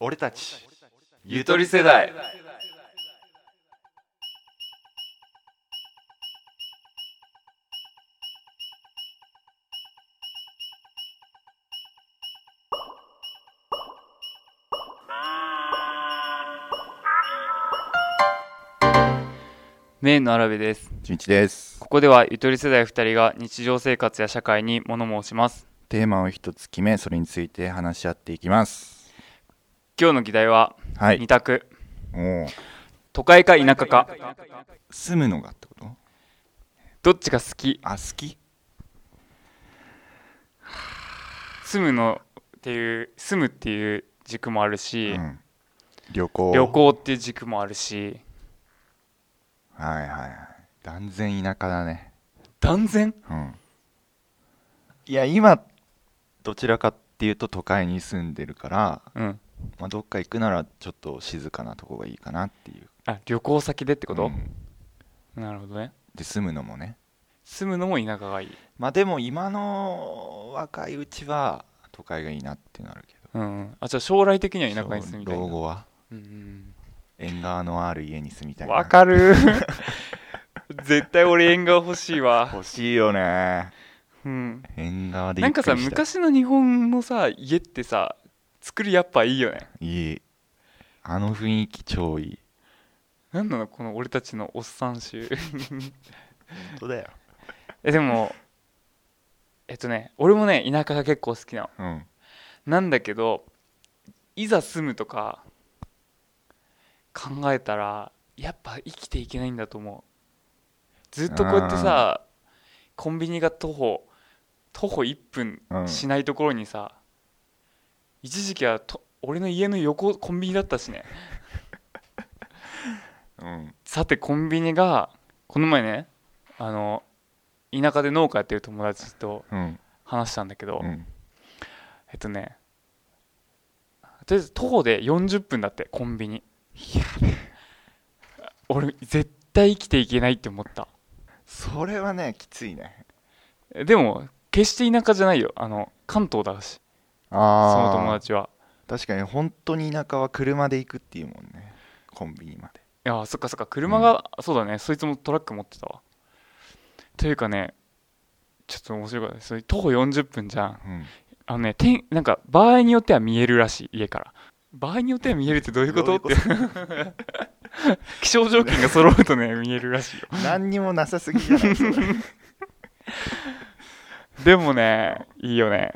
俺たちゆとり世代メインのアラベです純一ですここではゆとり世代2人が日常生活や社会に物申しますテーマを一つ決めそれについて話し合っていきます今日の議題はは2い択、おう都会か田舎か住むのがってことどっちが好きあ好き住むのっていう住むっていう軸もあるし、うん旅行旅行っていう軸もあるしはいはいはい断然田舎だね断然うんいや今どちらかっていうと都会に住んでるから、うんまあ、どっか行くならちょっと静かなとこがいいかなっていうあ旅行先でってこと、うんなるほどねで住むのもね住むのも田舎がいいまあでも今の若いうちは都会がいいなってなるけどうんうんあじゃあ将来的には田舎に住みたいな老後はうん縁側のある家に住みうたんいなわか る絶対俺縁側欲しいわ、欲しいよねうん、縁側でなんかさゆっくりし昔の日本のさ家ってさ作りやっぱいいよねたいいあの雰囲気超いいなんなのこの俺たちのおっさん集本当だよえでもえっとね俺もね田舎が結構好きなのうんなんだけどいざ住むとか考えたらやっぱ生きていけないんだと思うずっとこうやってさコンビニが徒歩徒歩1分うんしないところにさ、一時期はと俺の家の横コンビニだったしねうんさてコンビニがこの前ねあの田舎で農家やってる友達とうん話したんだけど、うんえっとねとりあえず徒歩で40分だってコンビニ 俺絶対生きていけないって思ったそれはねきついねえでも決して田舎じゃないよあの関東だしその友ああ達は確かに本当に田舎は車で行くっていうもんねコンビニまでいやそっかそっか車が、そうだねそいつもトラック持ってたわというかねちょっと面白かったですそれ徒歩40分じゃんうんあのね、天なんか場合によっては見えるらしい家から場合によっては見えるってどういうことどういうことって 気象条件が揃うとね見えるらしいよ 何にもなさすぎじゃないそれでもねいいよね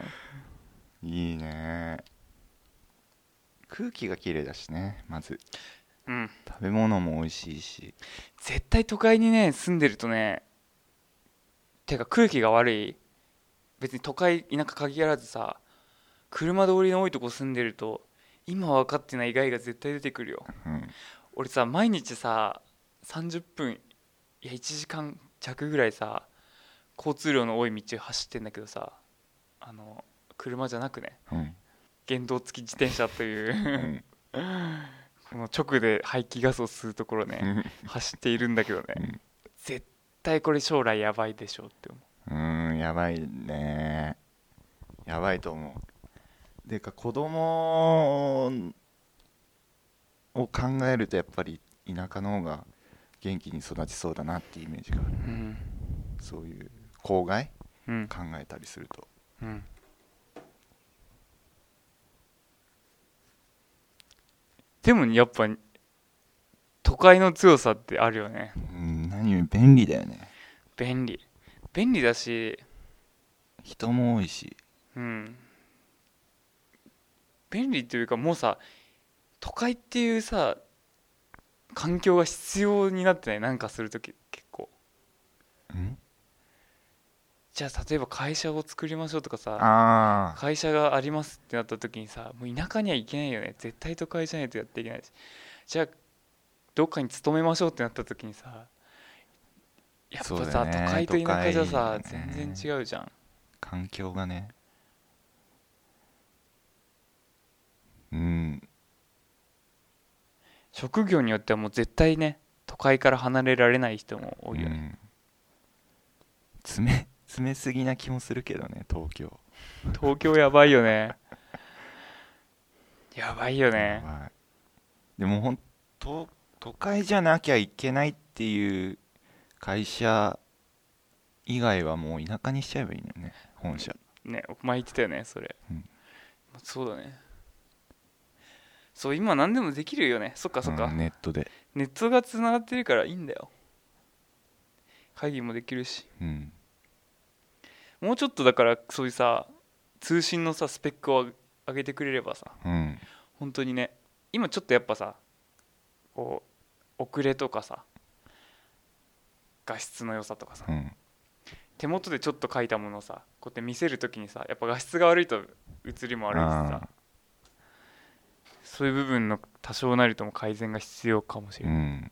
いいね空気が綺麗だしねまずうん食べ物も美味しいし絶対都会にね住んでるとねてか空気が悪い別に都会田舎限らずさ車通りの多いとこ住んでると今分かってない害が絶対出てくるようん俺さ毎日さ30分いや1時間弱ぐらいさ交通量の多い道走ってんだけどさあの車じゃなくねうん原動付き自転車といううん この直で排気ガスを吸うところね走っているんだけどね、うん絶対これ将来やばいでしょうって思うーんやばいねやばいと思うでか子供を考えるとやっぱり田舎の方が元気に育ちそうだなっていうイメージがあるううんそういう郊外うん考えたりするとうんでもやっぱ都会の強さってあるよねうん何より便利だよね便利便利だし人も多いしうん便利というかもうさ都会っていうさ環境が必要になってないなんかするとき結構うんじゃあ例えば会社を作りましょうとかさああ会社がありますってなった時にさもう田舎には行けないよね絶対都会じゃないとやっていけないしじゃあどっかに勤めましょうってなった時にさやっぱそうさ、だね都会と田舎じゃさ、都会ね全然違うじゃん環境がねうん職業によってはもう絶対ね都会から離れられない人も多いよね、うん詰め詰めすぎな気もするけどね東京東京やばいよねやばいよねはいでもほんと都会じゃなきゃいけないっていう会社以外はもう田舎にしちゃえばいいのよね本社ねお前言ってたよねそれ、うんそうだねそう今何でもできるよねそっかそっか、うんネットでネットがつながってるからいいんだよ会議もできるしうんもうちょっとだからそういうさ通信のさスペックを上げてくれればさうん本当にね今ちょっとやっぱさこう遅れとかさ画質の良さとかさうん手元でちょっと書いたものをさこうやって見せるときにさやっぱ画質が悪いと写りも悪いしさあそういう部分の多少なりとも改善が必要かもしれうない、ん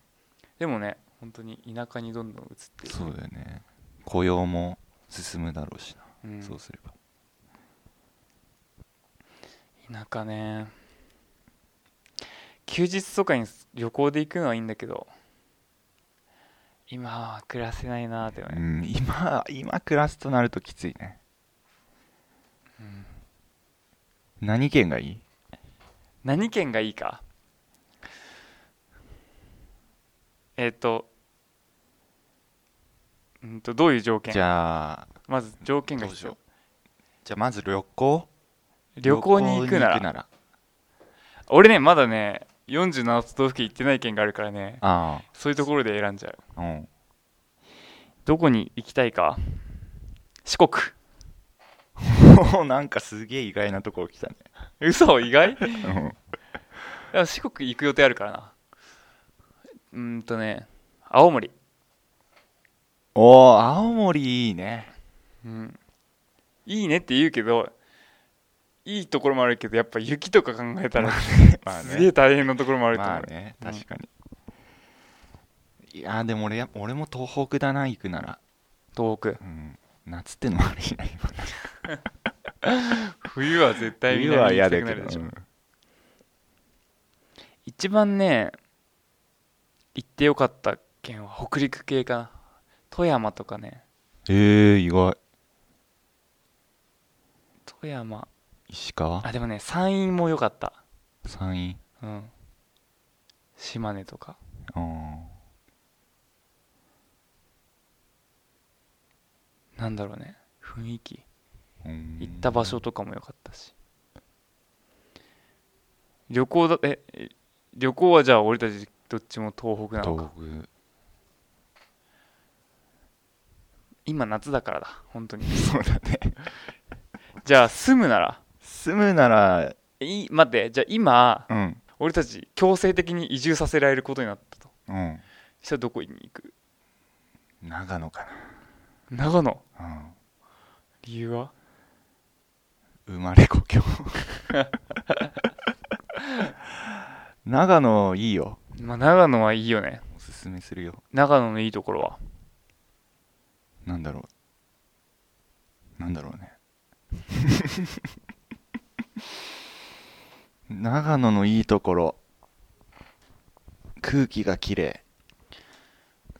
でもね本当に田舎にどんどん移っていくそうだよね雇用も進むだろうしうな、んそうすれば田舎ね休日とかに旅行で行くのはいいんだけど今は暮らせないなーってうね、ん今今暮らすとなるときついねうん何県がいい何県がいいかえっ、とうんとどういう条件じゃあまず条件がどう必しよ要うじゃあまず旅行旅行に行くなら旅行にら俺ねまだね47都道府県行ってない県があるからねあそういうところで選んじゃうあうんどこに行きたいか四国もうなんかすげえ意外なとこ来たね。嘘意 外うんいや四国行く予定あるからなうーんとね青森おー、青森いいね。 うんいいねって言うけどいいところもあるけどやっぱ雪とか考えたらすげえ大変なところもあると思う、まあね、うん確かに。いやーでも俺や、俺も東北だな、行くなら。東北うん、夏ってのもあるしな、今。冬は絶対冬南には行き嫌ただくなけるどでしょ、うん一番ね行ってよかった県は北陸系かな富山とかねえー、意外。富山石川あでもね山陰も良かった山陰うん島根とかうん。なんだろうね雰囲気うん行った場所とかも良かったし旅行だええ旅行はじゃあ俺たちどっちも東北なの東か北。今夏だからだ本当にそうだね。じゃあ住むなら住むなら、えい待ってじゃあ今うん。俺たち強制的に移住させられることになったとうん。したらどこに行く長野か長野な。理由はうん。生まれ故郷。長野いいよ。まあ長野はいいよねおすすめするよ長野のいいところはなんだろうなんだろうね 長野のいいところ空気がきれ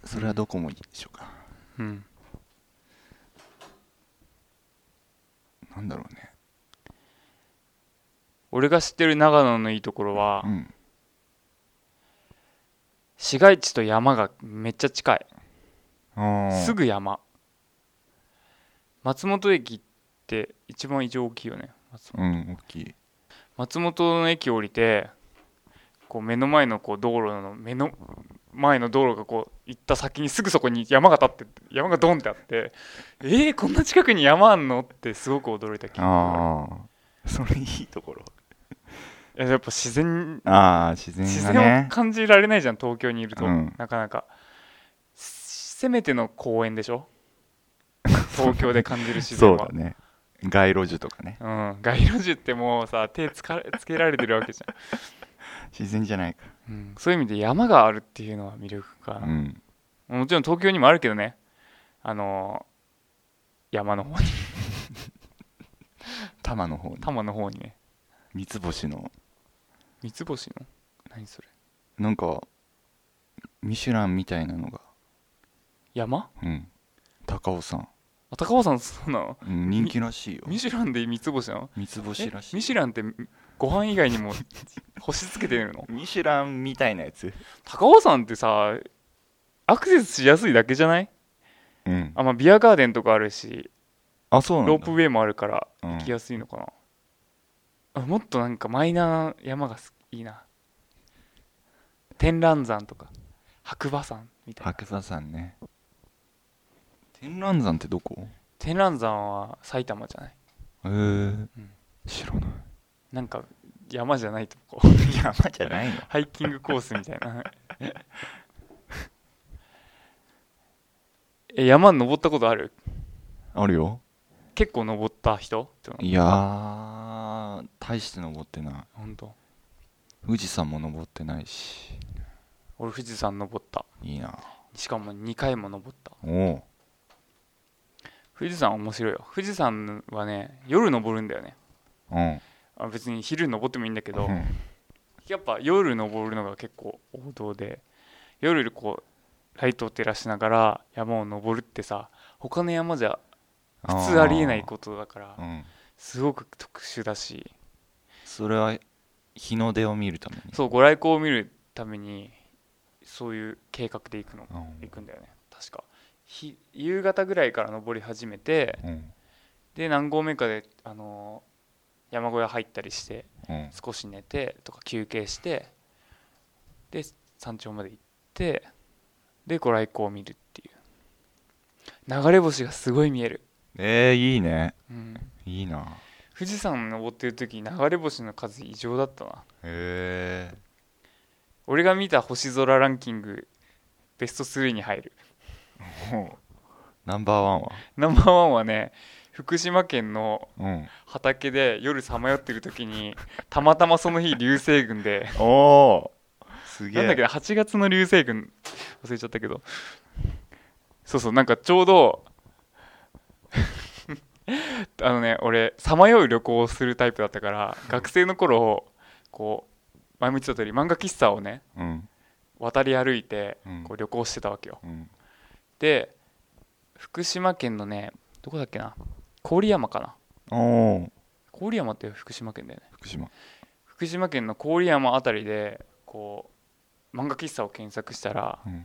いそれはどこもいいでしょうか、うんなんだろうね俺が知ってる長野のいいところはうん市街地と山がめっちゃ近いあーすぐ山松本駅って一番異常大きいよね松本うん大きい松本の駅降りてこう目の前のこう道路の目の前の道路がこう行った先にすぐそこに山が立って山がドンってあってえー、こんな近くに山あんのってすごく驚いた記憶があああそれいいところるいややっぱ自然ああ自自然が然をね感じられないじゃん東京にいると、うんなかなかせせめての公園でしょ東京で感じる自然そうはだね街路樹とかねうん、街路樹ってもうさ手つかつけられてるわけじゃ自然じゃないかん、うん、そういう意味で山があるっていうのは魅力かうな、んもちろん東京にもあるけどねあのー山の方に 多摩の方に多摩の方にね三つ星の三つ星の何それなんかミシュランみたいなのが山うん高尾山あ高尾山そうなのうん人気らしいよミシュランで三つ星なの三つ星らしえいミシュランってご飯以外にも 星つけてるのミシュランみたいなやつ高尾山ってさアクセスしやすいだけじゃないうんあまあビアガーデンとかあるしあそうなんだロープウェイもあるからうん行きやすいのかな、あもっとなんかマイナーな山が好きいいな天覧山とか白馬山みたいな白馬山ね天覧山ってどこ天覧山は埼玉じゃないええ知らないなんか山じゃないとこ 山じゃないのハイキングコースみたいな え山登ったことあるあるよ結構登った人ってのいやー大して登ってない本当富士山も登ってないし俺富士山登ったいいなしかも2回も登ったおお富士山面白いよ富士山はね夜登るんだよねうんあ別に昼登ってもいいんだけど、うんやっぱ夜登るのが結構王道で夜こうライトを照らしながら山を登るってさ他の山じゃ普通ありえないことだからうんすごく特殊だしそれは日の出を見るためにそうご来光を見るためにそういう計画で行くのうん行くんだよね確かひ夕方ぐらいから登り始めてうんで何合目かで、あのー山小屋入ったりしてうん少し寝てとか休憩してで山頂まで行ってでご来光を見るっていう流れ星がすごい見える、えー、いいねうん、いいな富士山登ってる時流れ星の数異常だったなへえ俺が見た星空ランキングベスト3に入るナンバーワンはナンバーワンはね福島県のうん畑で夜さまよってる時にたまたまその日流星群でおおすげなんだっけえな8月の流星群忘れちゃったけどそうそうなんかちょうど あのね俺さまよう旅行をするタイプだったから学生の頃こう前も言ってた通り漫画喫茶をねうん渡り歩いてうんこう旅行してたわけようんで福島県のねどこだっけな郡山かなおお郡山って福島県だよね福島福島県の郡山あたりでこう漫画喫茶を検索したらうん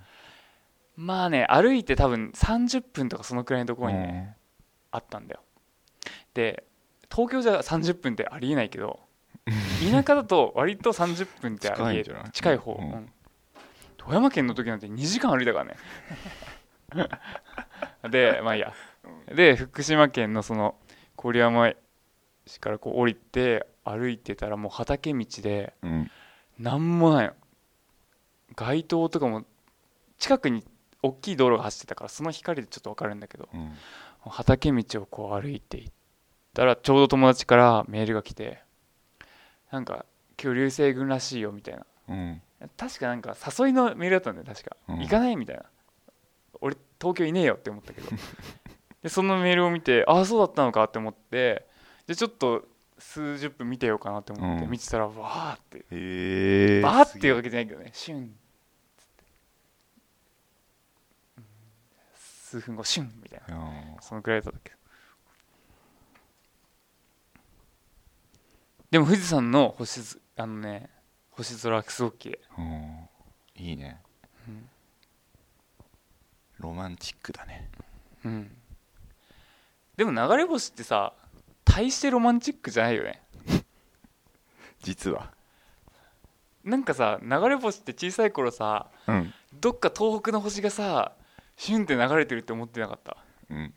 まあね歩いて多分30分とかそのくらいのところにね、あったんだよで東京じゃ30分ってありえないけど田舎だと割と30分ってありえ近いんじゃない近い方、うんうん富山県の時なんて2時間歩いたからね でまあいいやで福島県のその郡山市からこう降りて歩いてたらもう畑道でうんうんなんもないの街灯とかも近くに大きい道路が走ってたからその光でちょっと分かるんだけどうん畑道をこう歩いていったらちょうど友達からメールが来てなんか今日流星群らしいよみたいなうん確かなんか誘いのメールだったんだよ確か、うん行かないみたいな俺東京いねえよって思ったけど でそのメールを見てああそうだったのかって思ってじゃあちょっと数十分見てようかなって思ってうん見てたら、わーってへえバーっていうわけじゃないけどねシュンっつってうん数分後シュンみたいなそのくらいだったけどでも富士山の星ずあのね星空はすごく綺麗うんいいねうんロマンチックだねうんでも流れ星ってさ大してロマンチックじゃないよね実はなんかさ流れ星って小さい頃さうんどっか東北の星がさシュンって流れてるって思ってなかったうん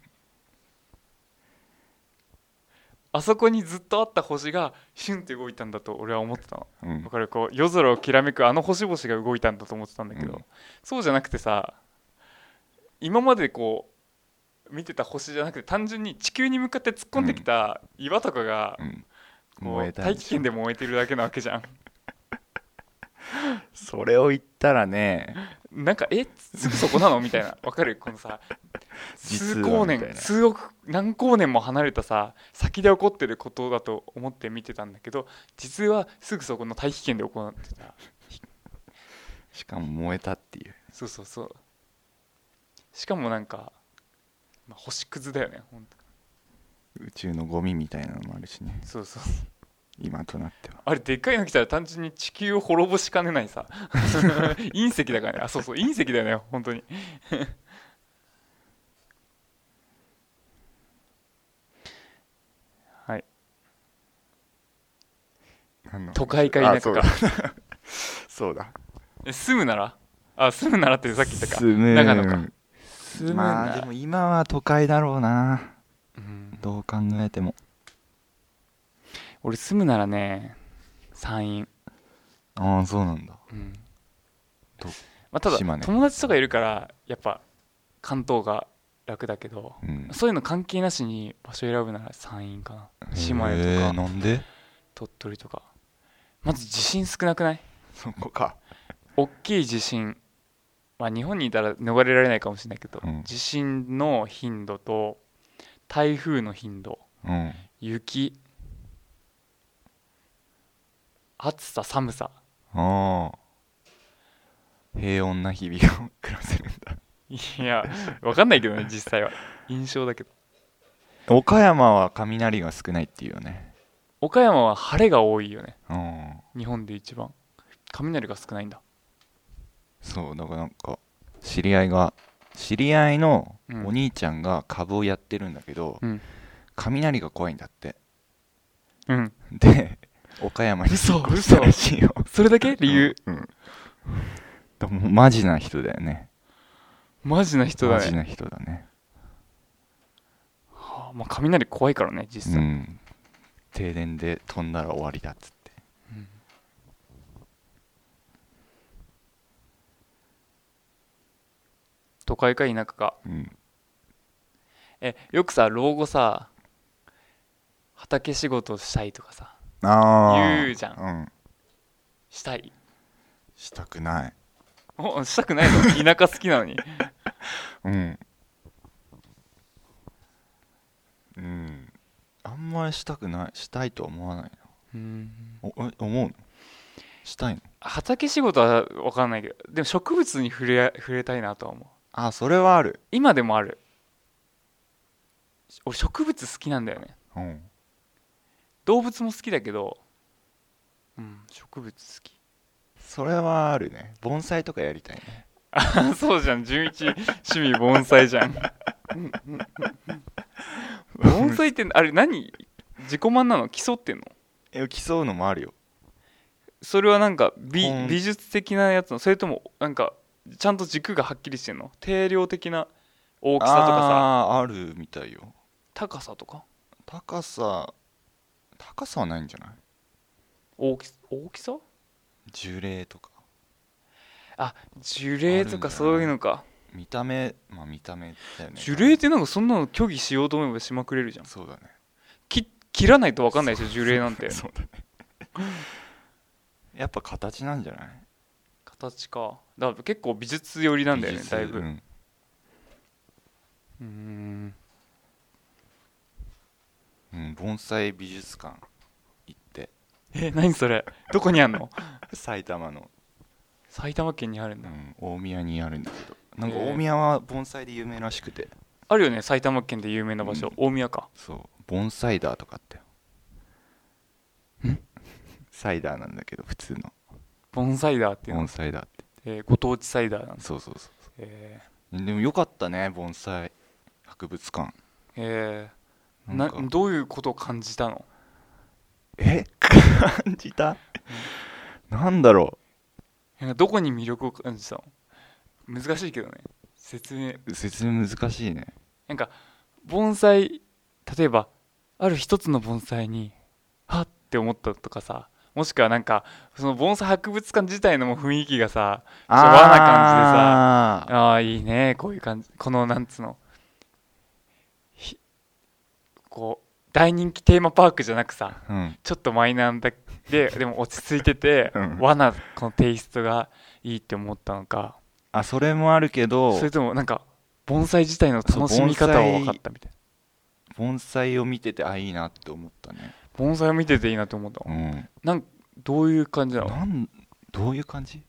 あそこにずっとあった星がシュンって動いたんだと俺は思ってたのうんわかるこう夜空をきらめくあの星々が動いたんだと思ってたんだけど、うんそうじゃなくてさ今までこう見てた星じゃなくて単純に地球に向かって突っ込んできた岩とかが、うんこう燃えたん大で気しょ圏で燃えてるだけなわけじゃん それを言ったらねなんかえすぐそこなのみたいなわかるこのさ数 実光はみたい年な数億何光年も離れたさ先で起こってることだと思って見てたんだけど実はすぐそこの大気圏で起こってたしかも燃えたっていうそうそうそうしかもなんかまあ、星屑だよね本宇宙のゴミみたいなのもあるしね当そうそう今となってはあれでっかいの来たら単純に地球を滅ぼしかねない さ隕石だからねあそうそう隕石だよね本当にはい何の話都会か田舎かあそ うだそうだえ住むならあ住むならってさっき言ったか住む長野か住むなら、まあでも今は都会だろうなうんどう考えても俺住むならね山陰ああそうなんだうんとまあ、ただ島根友達とかいるからやっぱ関東が楽だけど、うんそういうの関係なしに場所選ぶなら山陰かな島へ根えとかなんで鳥取とかまず地震少なくないそこか大きい地震まあ日本にいたら逃れられないかもしれないけど、うん地震の頻度と台風の頻度うん雪暑さ寒さああ平穏な日々を暮らせるんだいやわかんないけど ね実際は印象だけど岡山は雷が少ないっていうよね岡山は晴れが多いよねうん日本で一番雷が少ないんだそうだからなんか知り合いが知り合いのうんお兄ちゃんが株をやってるんだけど、うん雷が怖いんだってうんで岡山に嘘引っ越したらしいよそれだけ理由、うんでもマジな人だよねマジな人だマジね、な人だねはあまあ、雷怖いからね実う際、ん停電で飛んだら終わりだっつって都会か田舎かうんえよくさ老後さ畑仕事したいとかさああ言うじゃんうんしたいしたくないおしたくない の田舎好きなのにうんうんあんまりしたくないしたいとは思わないうんなおえ思うのしたいの畑仕事は分かんないけどでも植物に触れあ触れたいなとは思うあそれはある今でもある俺植物好きなんだよねうん動物も好きだけどうん植物好きそれはあるね盆栽とかやりたいねあ そうじゃん純一趣味盆栽じゃん 盆栽ってあれ何自己満なの競ってんのえ競うのもあるよそれはなんか美うん美術的なやつのそれともなんかちゃんと軸がはっきりしてんの定量的な大きさとかさあーあるみたいよ高さとか高さ高さはないんじゃない大き大きさ樹齢とか樹齢とかあるんだねそういうのか見た目まあ見た目だよね樹齢ってなんかそんなの虚偽しようと思えばしまくれるじゃんそうだねき切らないと分かんないでしょ樹齢なんてそうだね やっぱ形なんじゃない形かだから結構美術寄りなんだよね技術だいぶうんうーんうん盆栽美術館行ってえ何それどこにあんの 埼玉の、埼玉県にあるんうだん、大宮にあるんだけどなんかえー大宮は盆栽で有名らしくて、あるよね埼玉県で有名な場所、大宮かそう盆栽ダーとかあって サイダーなんだけど普通の盆栽ダーっていうの、盆栽ダーってえーご当地サイダーなんです、そうそうそうえーでもよかったね盆栽博物館えーななんかどういうことを感じたのえ感じたなんだろなんかどこに魅力を感じたの難しいけどね説明う説明難しいねなんか盆栽例えばある一つの盆栽にはっって思ったとかさもしくはなんかその盆栽博物館自体のもう雰囲気がさ和な感じでさああいいねこういう感じこのなんつうのひこう大人気テーマパークじゃなくさうんちょっとマイナーだででも落ち着いてて、うん和なこのテイストがいいって思ったのかあそれもあるけどそれともなんか盆栽自体の楽しみ方そはう盆栽分かったみたいな盆栽を見ててあいいなって思ったね盆栽を見てていいなと思ったのうんなんどういう感じなのなんどういう感じ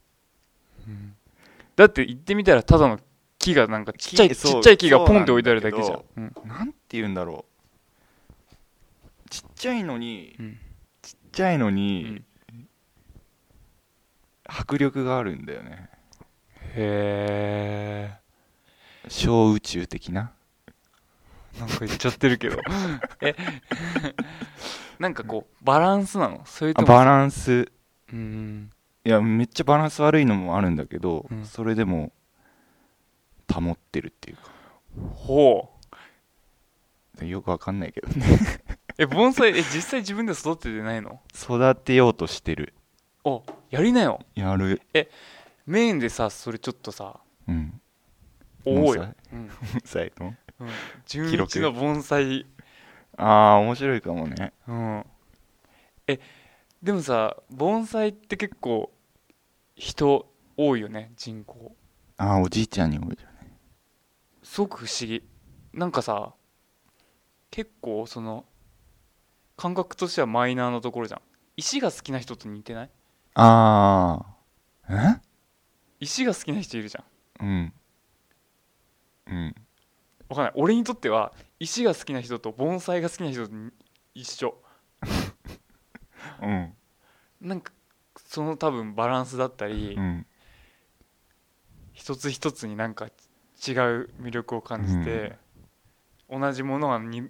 だって行ってみたらただの木がなんかちっちゃい木ちそうっちゃい木がポンって置いてあるだけじゃんそうんなんて言うんだろうちっちゃいのに、うんちっちゃいのに、うん迫力があるんだよねへ小宇宙的なえなんか言っちゃってるけど えなんかこうバランスなのそれあともバランスうんいやめっちゃバランス悪いのもあるんだけど、うんそれでも保ってるっていうほうかよくわかんないけどね え盆栽え実際自分で育ててないの育てようとしてるおやりなよやるメインでさそれちょっとさうんおおうよう盆、ん栽のうん、記純一録の盆栽ああ面白いかもねうんえでもさ盆栽って結構人多いよね人口ああおじいちゃんに多いじゃんすごく不思議なんかさ結構その感覚としてはマイナーなところじゃん石が好きな人と似てないああ石が好きな人いるじゃんえうんうんわかんない俺にとっては石が好きな人と盆栽が好きな人と一緒うんなんかその多分バランスだったり、うん一つ一つになんか違う魅力を感じて、同じものはに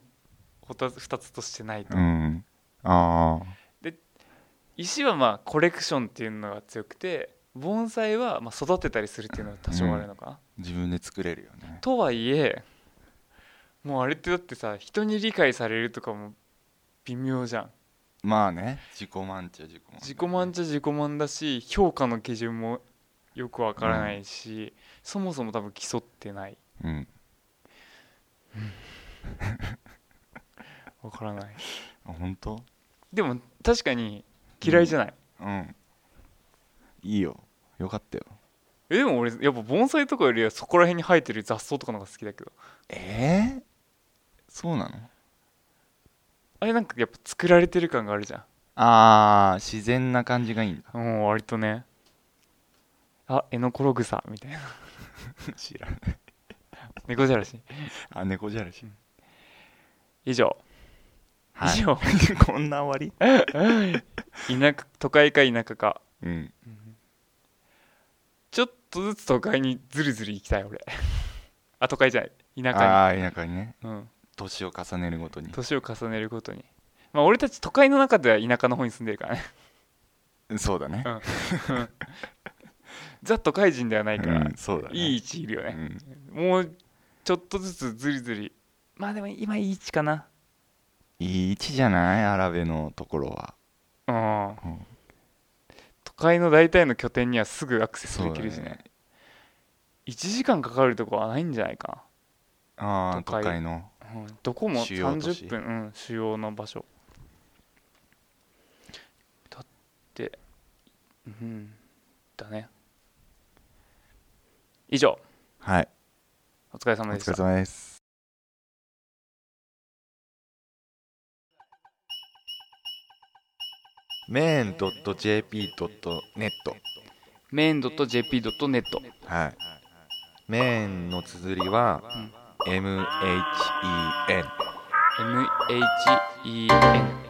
ほた二つとしてないと、うんああ石はまあコレクションっていうのが強くて盆栽はまあ育てたりするっていうのは多少あるのかな、自分で作れるよねとはいえもうあれってだってさ人に理解されるとかも微妙じゃんまあね自己満ちゃ自己満自己満っちゃ自己満だし評価の基準もよくわからないし、そもそも多分競ってないうんわからないあ本当でも確かに嫌いじゃない、うんいいよよかったよえでも俺やっぱ盆栽とかよりはそこら辺に生えてる雑草とかの方が好きだけどえー、そうなのあれなんかやっぱ作られてる感があるじゃあー自然な感じがいいんだんもう割とねあエノコログサみたいな 知らない猫じゃらしあ猫じゃらし、以上、は以い、上 こんな終わ田舎都会か田舎かりうんちょっとずつ都会にずるずる行きたい俺 あ都会じゃない田舎ああ田舎にねにうん年を重ねるごとに年を重ねるごとにまあ俺たち都会の中では田舎の方に住んでるからね そうだねザ都会人ではないから、うんそうだねいい位置いるようね、んもうちょっとずつずりずりまあでも今いい位置かないい位置じゃないアラベのところはうんうん都会の大体の拠点にはすぐアクセスそでうきだるしねね1時間かかるとこはないんじゃないかああ都会都会のな、うん、どこも主要都市30分うん主要の場所だってうんだね以上はいお疲れお様でし疲たれ様ですメーン .jp.net メイン .jp.net はいメーンの綴りは、MHEN MHEN